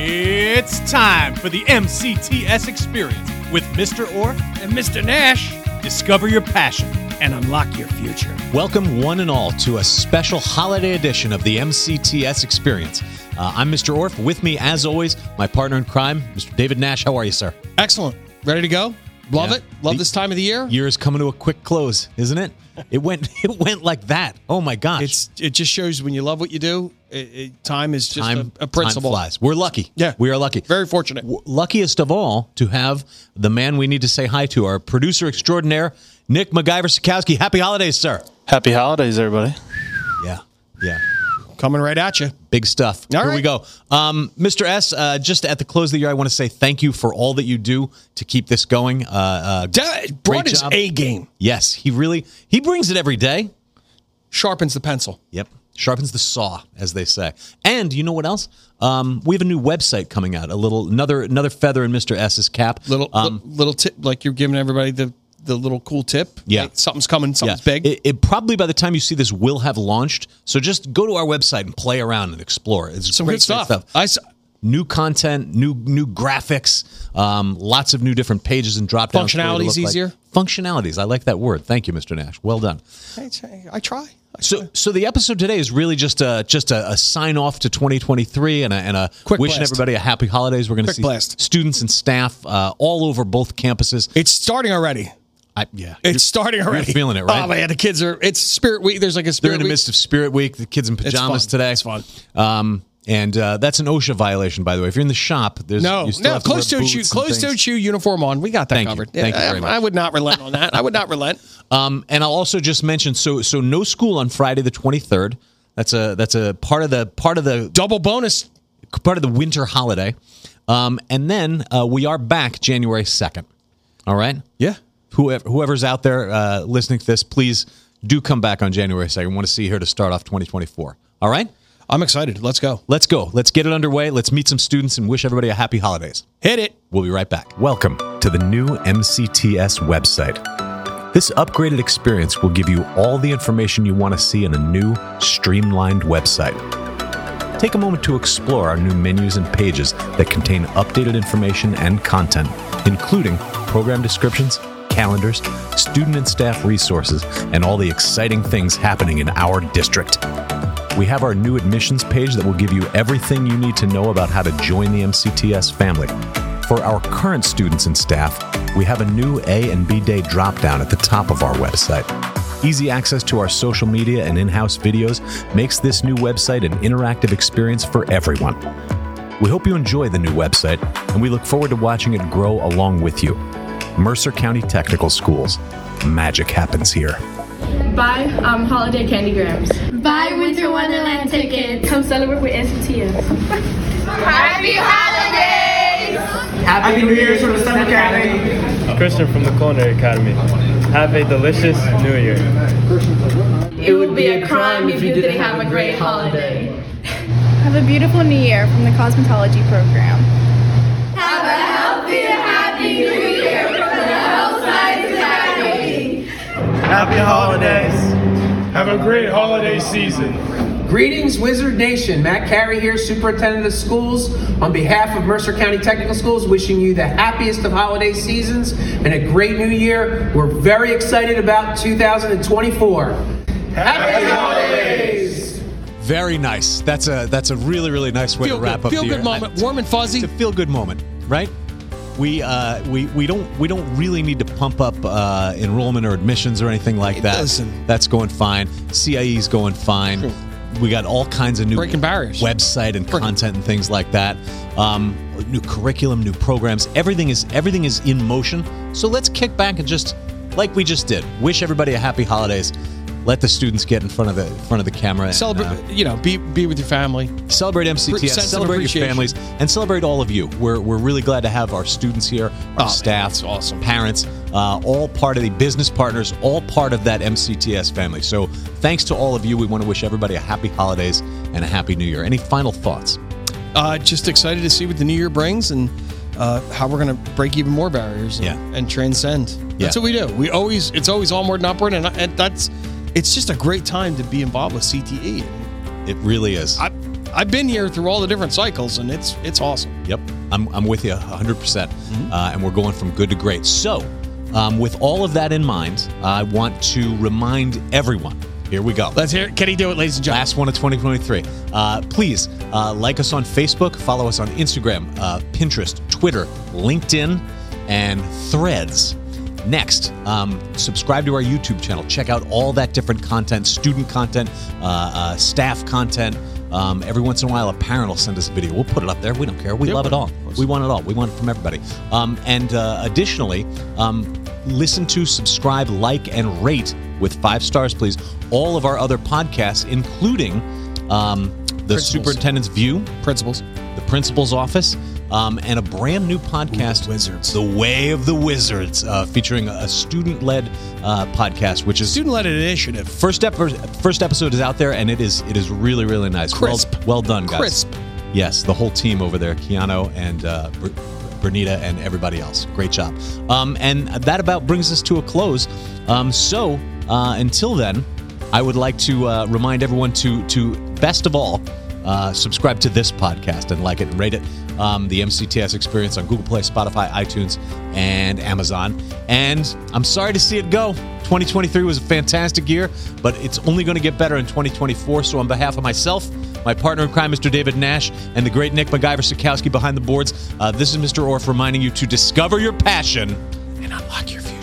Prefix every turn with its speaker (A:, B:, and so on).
A: It's time for the MCTS experience with Mr. Orr and Mr. Nash. Discover your passion and unlock your future.
B: Welcome, one and all, to a special holiday edition of the MCTS Experience. Uh, I'm Mr. Orff. With me, as always, my partner in crime, Mr. David Nash. How are you, sir?
C: Excellent. Ready to go? Love
B: Yeah.
C: it. Love
B: The-
C: this time of the year.
B: Year is coming to a quick close, isn't it? It went. It went like that. Oh my gosh!
C: It's it just shows when you love what you do, it, it, time is just
B: time.
C: a, a principle.
B: Time flies. We're lucky.
C: Yeah.
B: we are lucky.
C: Very fortunate.
B: W- luckiest of all to have the man we need to say hi to, our producer extraordinaire, Nick MacGyver Sikowski. Happy holidays, sir.
D: Happy holidays, everybody.
B: Yeah. Yeah.
C: Coming right at you.
B: Big stuff.
C: All
B: Here we
C: right.
B: go. Um, Mr. S, uh, just at the close of the year, I want to say thank you for all that you do to keep this going. Uh, uh,
C: Da- brought his
B: job.
C: A game.
B: yes, he really he brings it every day.
C: Sharpens the pencil.
B: Yep, sharpens the saw, as they say. And you know what else? Um, we have a new website coming out. A little another another feather in Mr. S's cap. Um,
C: Little li- little tip, like you're giving everybody the the little cool tip.
B: Yeah.
C: Like, something's coming. Something's big.
B: It, it probably by the time you see this will have launched. So just go to our website and play around and explore. It's
C: Some
B: great,
C: good
B: great
C: stuff. I s-
B: new content, new new graphics, um, lots of new different pages and drop downs.
C: Functionalities easier?
B: Functionalities. I like that word. Thank you, Mr. Nash. Well done.
C: I, try- I try.
B: So, so the episode today is really just a just a, a sign off to 2023 and a, and a
C: Quick
B: wishing
C: blast.
B: everybody a happy holidays. We're going to
C: Quick
B: see
C: blast.
B: students and staff uh, all over both campuses.
C: It's starting already.
B: I, yeah,
C: It's starting already.
B: feeling it, right?
C: Oh man, the kids are. It's Spirit Week. There's like a Spirit
B: They're in the
C: Week.
B: midst of Spirit Week. The kids in pajamas
C: fun.
B: today.
C: It's fun.
B: Um, and uh, that's an OSHA violation, by the way. If you're in the shop, there's
C: No,
B: you still
C: no,
B: have to wear
C: closed toed
B: boots
C: shoe,
B: and
C: closed
B: things.
C: toed shoe uniform on. We got that
B: Thank you.
C: covered.
B: Thank you
C: I,
B: very much.
C: I would not relent on that. I would not relent.
B: Um, and I'll also just mention so so no school on Friday the 23rd. That's a that's a part of the part of the
C: Double bonus.
B: part of the winter holiday. Um, and then uh, we are back January 2nd. All right?
C: Yeah.
B: Whoever whoever's out there uh, listening to this, please do come back on January 2nd. want to see her to start off 2024. All right?
C: I'm excited. Let's go.
B: Let's go. Let's get it underway. Let's meet some students and wish everybody a happy holidays.
C: Hit it.
B: We'll be right back. Welcome to the new MCTS website. This upgraded experience will give you all the information you want to see in a new, streamlined website. Take a moment to explore our new menus and pages that contain updated information and content, including program descriptions, calendars, student and staff resources, and all the exciting things happening in our district. We have our new admissions page that will give you everything you need to know about how to join the MCTS family. For our current students and staff, we have a new A and B Day dropdown at the top of our website. Easy access to our social media and in house videos makes this new website an interactive experience for everyone. We hope you enjoy the new website, and we look forward to watching it grow along with you. Mercer County Technical Schools. Magic happens here.
E: Buy um, holiday candy grams. Buy Winter Wonderland tickets. Come celebrate with STS.
F: Happy holidays!
G: Happy New Year's from the Sun Academy.
H: Christian from the Culinary Academy. Have a delicious New Year.
E: It would be a crime if you didn't have a great holiday.
I: Have a beautiful new year from the cosmetology program.
G: Happy holidays. Have a great holiday season.
J: Greetings, Wizard Nation. Matt Carey here, Superintendent of Schools. On behalf of Mercer County Technical Schools, wishing you the happiest of holiday seasons and a great new year. We're very excited about 2024. Happy holidays!
B: Very nice. That's a that's a really really nice way
C: Feel
B: to wrap
C: good.
B: up.
C: Feel
B: the
C: good
B: year.
C: moment. Warm and fuzzy.
B: It's a feel good moment, right? We uh we we don't we don't really need to pump up uh, enrollment or admissions or anything like that.
C: doesn't.
B: That's going fine. CIE's going fine. We got all kinds of new
C: Breaking barriers.
B: website and content and things like that. Um, new curriculum, new programs. Everything is everything is in motion. So let's kick back and just like we just did. Wish everybody a happy holidays. Let the students get in front of the in front of the camera. and,
C: Celebrate.
B: uh,
C: You know, be be with your family.
B: Celebrate
C: Sense
B: MCTS,
C: of
B: celebrate your
C: appreciation.
B: families, and celebrate all of you. We're, we're really glad to have our students here, our
C: man,
B: staff,
C: Oh, that's awesome.
B: parents, uh, all part of the business partners, all part of that MCTS family. So thanks to all of you. We want to wish everybody a happy holidays and a happy new year. Any final thoughts?
C: Uh, just excited to see what the new year brings and uh, how we're going to break even more barriers. And,
B: Yeah.
C: and transcend.
B: Yeah.
C: That's what we do. We always. It's always onward and upward, and, and that's. It's just a great time to be involved with CTE.
B: It really is.
C: I, E. I've been here through all the different cycles, and it's it's awesome.
B: Yep, I'm, I'm with you 100%. percent
C: Mm-hmm.
B: Uh, and we're going from good to great. So, um, with all of that in mind, I want to remind everyone here we go.
C: Let's hear. it. Can he do it, ladies and gentlemen?
B: Last one of 2023. Uh, please uh, like us on Facebook, follow us on Instagram, uh, Pinterest, Twitter, LinkedIn, and Threads. Next, um, subscribe to our YouTube channel. Check out all that different content student content, uh, uh, staff content. Um, every once in a while, a parent will send us a video. We'll put it up there. We don't care. We
C: Yeah,
B: love it all.
C: of course.
B: We want it all. We want it from everybody. Um, and uh, additionally, um, listen to, subscribe, like, and rate with five stars, please. All of our other podcasts, including um, the
C: Principles.
B: Superintendent's View,
C: Principles.
B: the Principal's Office, um, and a brand new podcast,
C: Ooh, Wizards.
B: The Way of the Wizards, uh, featuring a student-led uh, podcast, which is
C: Student led initiative.
B: First, ep- first episode is out there, and it is it is really really nice.
C: Crisp.
B: Well, well done, guys.
C: Crisp.
B: Yes, the whole team over there, Keanu and uh, Br- Bernita and everybody else. Great job. Um, and that about brings us to a close. Um, so uh, until then, I would like to uh, remind everyone to to best of all. Uh, subscribe to this podcast and like it and rate it. Um, the MCTS experience on Google Play, Spotify, iTunes, and Amazon. And I'm sorry to see it go. 2023 was a fantastic year, but it's only going to get better in 2024. So, on behalf of myself, my partner in crime, Mr. David Nash, and the great Nick MacGyver Sikowski behind the boards, uh, this is Mr. Orff reminding you to discover your passion and unlock your future.